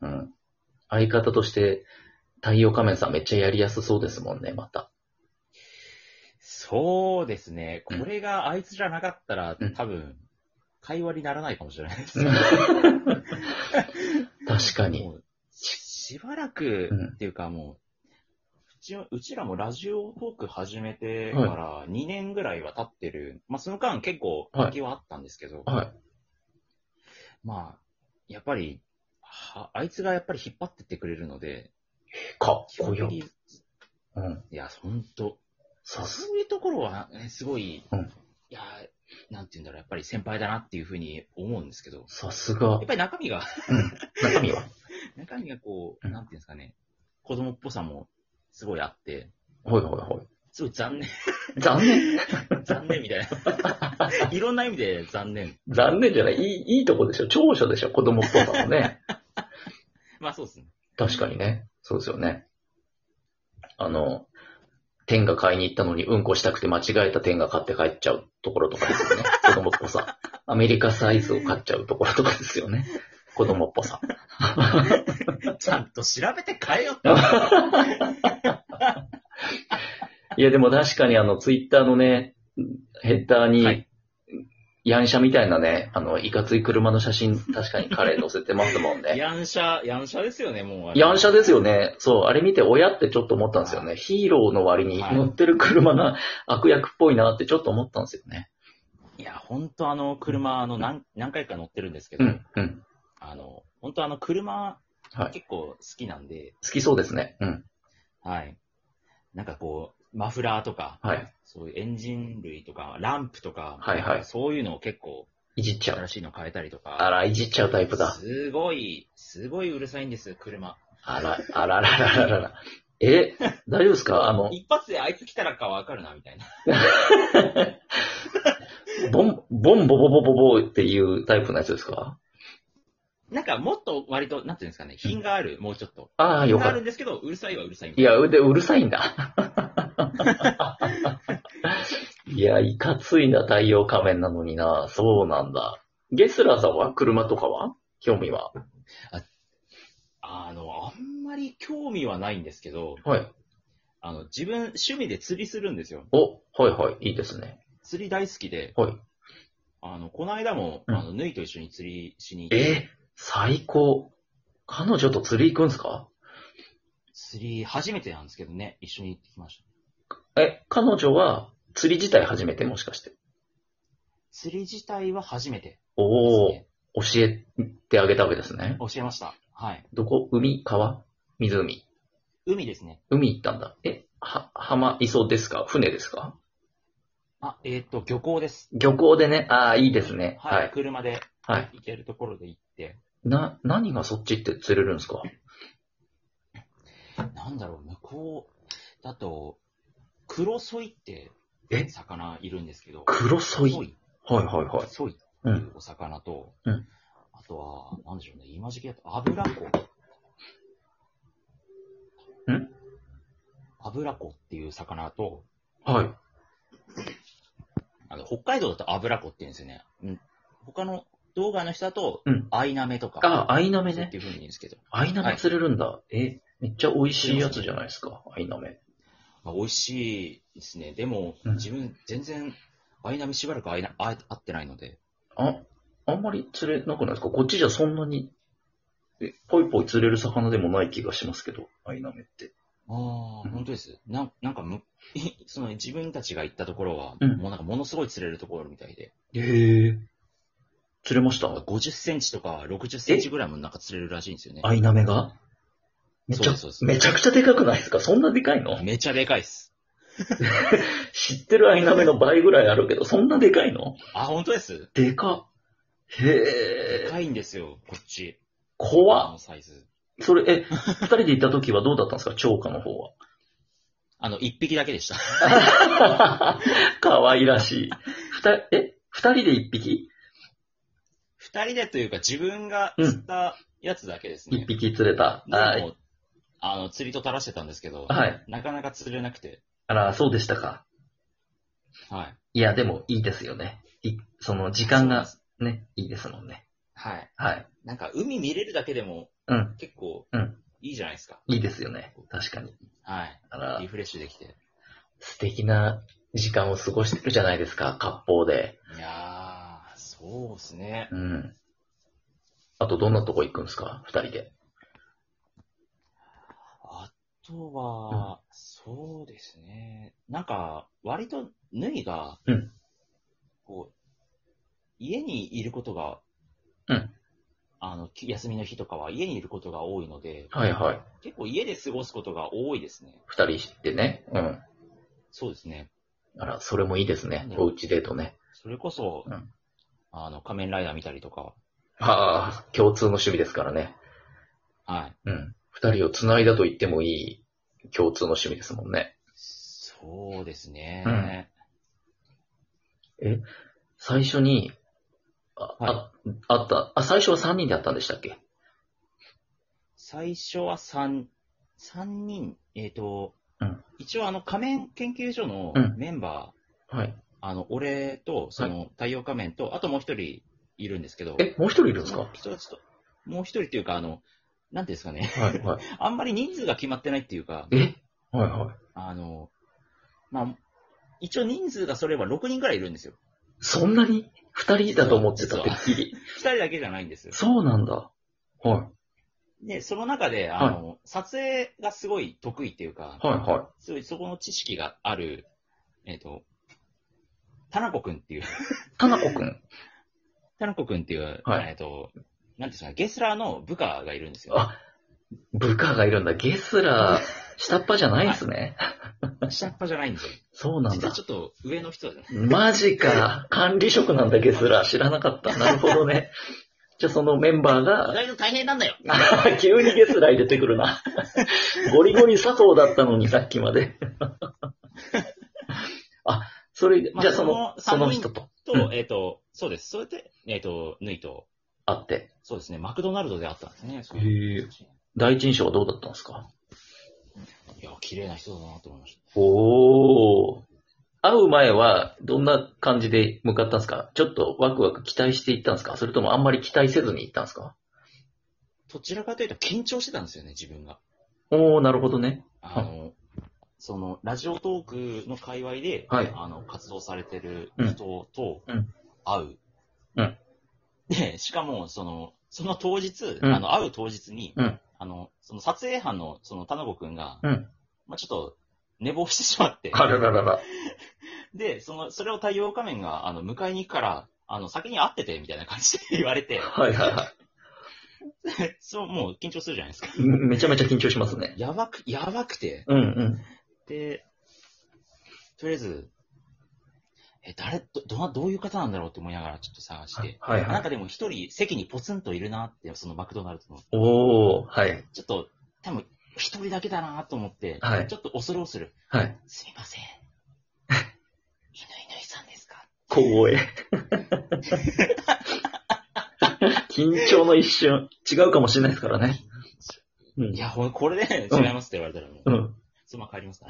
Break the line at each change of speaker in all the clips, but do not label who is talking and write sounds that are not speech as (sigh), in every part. うん。相方として、太陽仮面さんめっちゃやりやすそうですもんね、また。
そうですね。
うん
これがあいつじゃなかったら、
うん
多分、会話にならないかもしれないです。
確かに。
もうししばらく、
うん
っていうかもう、うちうちらもラジオトーク始めてから2年ぐらいは経ってる。まあその間結構
はい
空きはあったんですけど、
はい。
まあ、やっぱり、はあいつがやっぱり引っ張ってってくれるので、
かっ
基
こ
本
よ
的。に、
うん。
いや、ほんと、
さす
そういうところは、ね、すごい、
うん
いや、なんて言うんだろう、やっぱり先輩だなっていうふうに思うんですけど、
さすが
やっ。ぱり中身が、 (laughs)
中身は。
中身がこう、
うん
なんていうんですかね、子供っぽさもすごいあって、
ほいほいほ
すごい残念、 (laughs)
い。残念。
残念みたいな。 (laughs) いろんな意味で残念。
残念じゃない。いい、いいとこでしょ。長所でしょ。子供っぽさもね。
まあそうですね。
確かにね。そうですよね。あの、天が買いに行ったのにうんこしたくて間違えた天が買って帰っちゃうところとかです (laughs) よね。子供っぽさ。アメリカサイズを買っちゃうところとかですよね。子供っぽさ。
ちゃんと調べて変えよう。
いや、でも確かにあの、ツイッターのね、ヘッダーに、
はい
ヤンシャみたいなね、あの、いかつい車の写真、確かに彼載せてますもんね。
ヤンシャ、ヤンシャですよね、もうあれ。
ヤンシャですよね。そう、あれ見て親ってちょっと思ったんですよね。ヒーローの割に
はい
乗ってる車な、悪役っぽいなってちょっと思ったんですよね。
いや、本当あの、車、あの、何、何回か乗ってるんですけ
う
ど、
ん、うん。
あの、本当あの、車、
はい。
結構好きなんで、
好きそうですね。うん。
はい。なんかこう、マフラーとか、
はい。
そういうエンジン類とか、ランプとか、
はいはい
そういうのを結構、
いじっちゃう。
新しいの変えたりとか、
あら、いじっちゃうタイプだ。
すごい、すごいうるさいんです、車。
あら、あららららら (laughs) ら。え、大丈夫ですかあの、
一発であいつ来たらかわかるな、みたいな。 (laughs)
ボン、ボンボボボボボっていうタイプのやつですか
なんかもっと割と、なんていうんですかね、品がある、もうちょっと。
ああ、
品
よ
が
か
あ
っ
る
た。
んですけど、うるさいはうるさいみた
い
いな。
や、で、うるさいんだ。いや、いかついな、太陽仮面なのにな。そうなんだ。ゲスラーさんは車とかは興味は
あの、あんまり興味はないんですけど、
はい。
あの、自分、趣味で釣りするんですよ。
お、はいはい、いいですね。
釣り大好きで、
はい。
あの、この間も、
うん
あの、ぬいと一緒に釣りしに行って、
え、最高。彼女と釣り行くんすか
釣り初めてなんですけどね、一緒に行ってきました。
え、彼女は釣り自体初めてもしかして。
釣り自体は初めてです
おー、
ね。
教えてあげたわけですね。
教えました。はい。
どこ海川湖
海ですね。
海行ったんだ。え、は、浜、磯ですか船ですか
あ、えっ、と、漁港です。
漁港でね、ああ、いいですね。
は。
はいい。
車で
はい。
行けるところで行って、
な、何がそっちって釣れるんですか
なんだろう、向こうだと、クロソイって
え
魚いるんですけど、
黒ソイ。
ソ
はい
イ
はいはい。
ソイって
う
い
ん。
うお魚と、
うん
あとは、なんでしょうね、今時期だと油子。
ん
油子っていう魚と、
はい。
あの北海道だと油子って言うんですよね。うん、他の動画の人だと
うん、
アイナメとか、
ああ、アイナメ
そうっ
ね。
ていう風に言うんですけど、
アイナメ釣れるんだ。え、めっちゃ美味しいやつじゃないですか。アイナメ。
まあ、美味しいですね。でも、
うん
自分全然、アイナメしばらくアイナあ会ってないので、
あ、あんまり釣れなくないですかこっちじゃそんなに、え、ぽいぽい釣れる魚でもない気がしますけど、アイナメって。
ああ、
うん
本当です。なんなんかむ (laughs) その自分たちが行ったところは、
うん
もうなんかものすごい釣れるところみたいで、
へえ。釣れました
なんか50センチとか60センチぐらいもなんか釣れるらしいんですよね。
アイナメがめち
そう
ゃ
ですそうで、す
めちゃくちゃでかくないですかそんなでかいの
めちゃでかいっす。
知ってるアイナメの倍ぐらいあるけど、そんなでかいの
あ、本当です。
でかっ。
で
へえ。
かいんですよ、こっち。あ
怖っ。
のサイズ。
それ、え、二人で行った時はどうだったんですか (laughs) 超過の方は。
あの、1匹だけでした。
(laughs) 可愛らしい。二人、え二人で一匹
2人でというか自分が釣ったやつだけですね
一。匹釣れた。
で
はい。
もあの、釣りと垂らしてたんですけど、
はい。
なかなか釣れなくて、
あら、そうでしたか。
はい。
いや、でもいいですよね。い、その時間がね、いいですもんね。
はい。
はい。
なんか海見れるだけでも
うん。
結構
うん、
いいじゃないですか。
いいですよね。確かに。
はい。
だから
リ、フレッシュできて。
素敵な時間を過ごしてるじゃないですか、割烹で。
いやー、そうですね。
うん。あと、どんなとこ行くんですか二人で。
あとは、そうですね。なんか、割と、ぬいが、
うん
こう、家にいることが、
うん
あの、き休みの日とかは家にいることが多いので、
はいはい。
結構家で過ごすことが多いですね。
二人してね。うん。
そうですね。
あら、それもいいですね。
うん
おうちデートね。
それこそ、
うん
あの、仮面ライダー見たりとか、
ああ、共通の趣味ですからね。
はい。
うん。二人を繋いだと言ってもいい共通の趣味ですもんね。
そうですね。
最初に、あ、
は
あ、あった、あ、最初は三人でやったんでしたっけ
最初は三、三人、えっ、と、
うん
一応あの仮面研究所の
うん
メンバー、
はい。
あの、俺と、その、太陽仮面と、あともう一人いるんですけど、
え、もう一人いるんです
そ
か
の
は
人たちと、もう一人っていうか、あの、なんていうんですかね、 (laughs)
い、はい。
あんまり人数が決まってないっていうか、
えはい、はい。
あの、まあ、一応人数がそれは6人ぐらいいるんですよ。
そんなに二人だと思ってた、てっきり。
2人だけじゃないんですよ。
そうなんだ。は
で、その中で、あの、撮影がすごい得意っていうか
い。、はいは
すごいそこの知識がある、えっ、と、田中くんっていう、 (laughs)
い。かなこくん。
田中くんっていう、
はい
えっ、と、なんていうんですかね、ゲスラーの部下がいるんですよ。
あ、部下がいるんだ。ゲスラー、下っ端じゃないんですね。
下っ端じゃないんですよ。
(laughs) そうなん
実は
だ
ち。ょっと上の人だね。
マジか。管理職なんだ、ゲスラー。知らなかった。なるほどね。じゃあそのメンバー
意
が、 (laughs)
外と大変なんだよ。
急にゲスラー入れてくるな。ゴリゴリ佐藤だったのに、さっきまで。あ、それ、
まあ
じゃあその、
そ
その
の三人
人と
と、
うん
えっ、と、そうです。それで、えっ、と、ぬいと、
会って、
そうですね、マクドナルドで会ったんですね。そう
へえ第一印象はどうだったんですか
いや、綺麗な人だなと思いまし
おー。会う前は、どんな感じで向かったんですかちょっとワクワク期待していったんですかそれともあんまり期待せずに行ったんですか
た。どちらかというと緊張してたんですよね、自分が。
おー、なるほどね。
あの、その、ラジオトークの界隈で、
はい
あの、活動されてる人と
うん
会う。
うん
で、しかも、その、その当日、
うん
あの、会う当日に、
うん
あの、その撮影班の、その、田中くんが、
うん
まあちょっと、寝坊してしまって、
あらららら。
で、その、それを太陽仮面が、あの、迎えに行くから、あの、先に会ってて、みたいな感じで言われて、
はいはいは
そう、もう緊張するじゃないですか。
い。めちゃめちゃ緊張しますね。
やばく、やばくて、
うんうん。
で、とりあえず、え、誰、ど、ど、どういう方なんだろうって思いながらちょっと探して、
はいは
なん
い。
かでも一人席にポツンといるなって、そのマクドナルドの、
おー、はい。
ちょっと、多分一人だけだなと思って、
はい
ちょっと恐る恐る、
はい。
すみま
(laughs)
せん。犬犬さんですか
光栄。緊張の一瞬、違うかもしれないですからね。う
い
ん。
や、ほんこれで、
うん
違いますって言われたらも
う
う、
ん。
そのまま帰りますか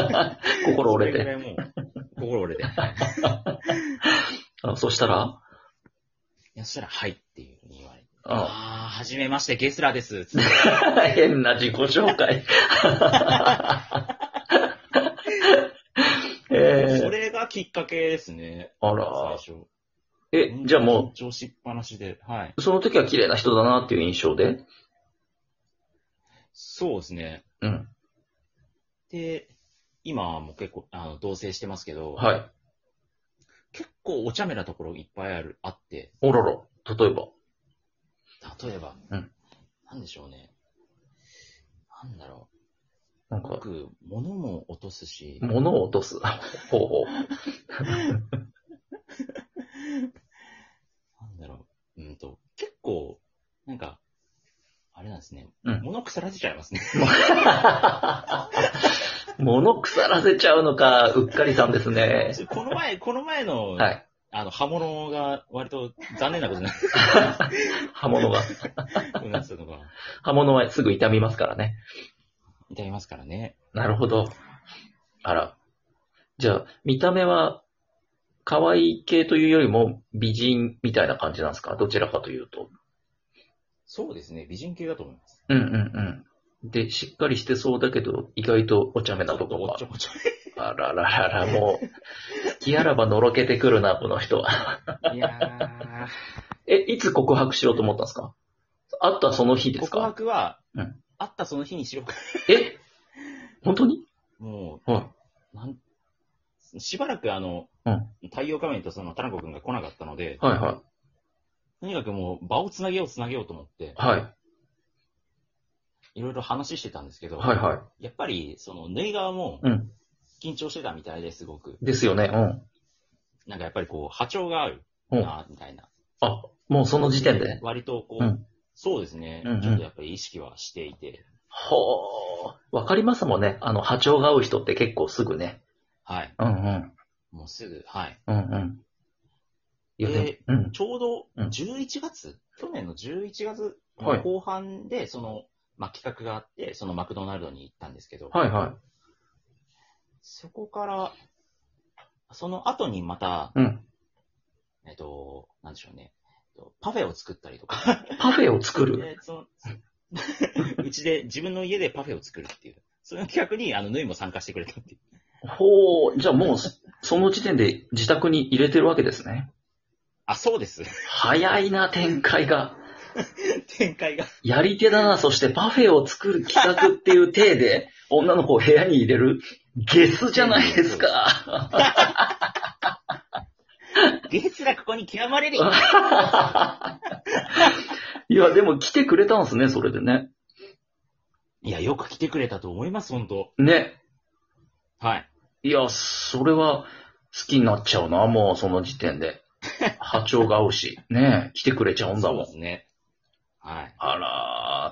ら。
(laughs) 心折れ
そ
て。
れぐらいもう、心折れて。はい
あそしたら
いやそしたら、はいっていうふうに言われて、
あ
ああー、はじめまして、ゲスラーです。つって
変な自己紹介。 (laughs) え (laughs)
そ
ー、
れがきっかけですね。
あ
最
ら。
初。
え、じゃあも
緊張しっぱなしで。はい。
う、その時は綺麗な人だなっていう印象で。
そうですね。
うん。
で、今はもう結構、あの、同棲してますけど、
はい。
結構お茶目なところいっぱいある、あって、
おろろ。例えば。
例えば、
うん
なんでしょうね。なんだろ
なん
う。
か、
僕、物も落とすし、
物を落とす。ほうほう。
なんだろう。うんと、結構、なんか、あれなんですね。
うん
物腐らせちゃ
(laughs)
いますね。
物腐らせちゃうのか、うっかりさんですね。
この前、この前の、
はい。
あの、刃物が割と残念なことになって
刃物が。
なってたのが、
刃物はすぐ傷みますからね。
いただきますからね。
なるほど。あら。じゃあ、見た目は、可愛い系というよりも、美人みたいな感じなんですかどちらかというと。
そうですね、美人系だと思います。
うんうんうん。で、しっかりしてそうだけど、意外とお茶目なとこ
おっ
が
ちょ。こちょ
あらららら、もう、気あらばのろけてくるな、この人は。
い。いや
え、いつ告白しようと思ったんですかあったその日
ー、
です
告
か
白は、
うん
あったその日にしようか。
え本当に
も
は
う、なんしばらくあの、
うん
太陽仮面とその、田中君が来なかったので、
い。はいは
とにかくもう、場をつなげようつなげようと思って、
い。はい。
いろいろ話してたんですけど、
はいは
やっぱり、その、縫い側も
うん、
緊張してたみたいですごく。
い。ですよね。
なんかやっぱりこう、波長が合う
うん。うん。
な、みたいな。
あ、もうその時点で。
割とこう、
うん
そうですね、
うんうん
ちょっとやっぱり意識はしていて、
ほー。わかりますもんね。あの、波長が合う人って結構すぐね。
はい。
うんうん。
もうすぐ、はい。
うんうん。いや、で
で
も、うん。
ちょう
うん
ど11月、去年の11月
は
の
い
後半で、その、まあ、企画があって、そのマクドナルドに行ったんですけど、
はいは
そこから、その後にまた、
い。うん。
えっと、なんでしょうね、えっとパフェを作ったりとか、
パフェを作る。
でその (laughs) うちで、自分の家でパフェを作るっていう、その企画に、あの、ぬいも参加してくれたっていう。
ほー。じゃあもう、その時点で自宅に入れてるわけですね。
あ、そうです。
早いな、展開が。
展開
(laughs)
が。
やり手だな、そしてパフェを作る企画っていう体で、女の子を部屋に入れる、ゲスじゃないですか。
ゲスがここに極まれる
いや、でも来てくれたんですね、それでね。
いや、よく来てくれたと思います、本当
ね。
はい。
いや、それは好きになっちゃうな、もうその時点で。波長が合うし、ね来てくれちゃうんだ
そう
もん
で。すね。はい。
あら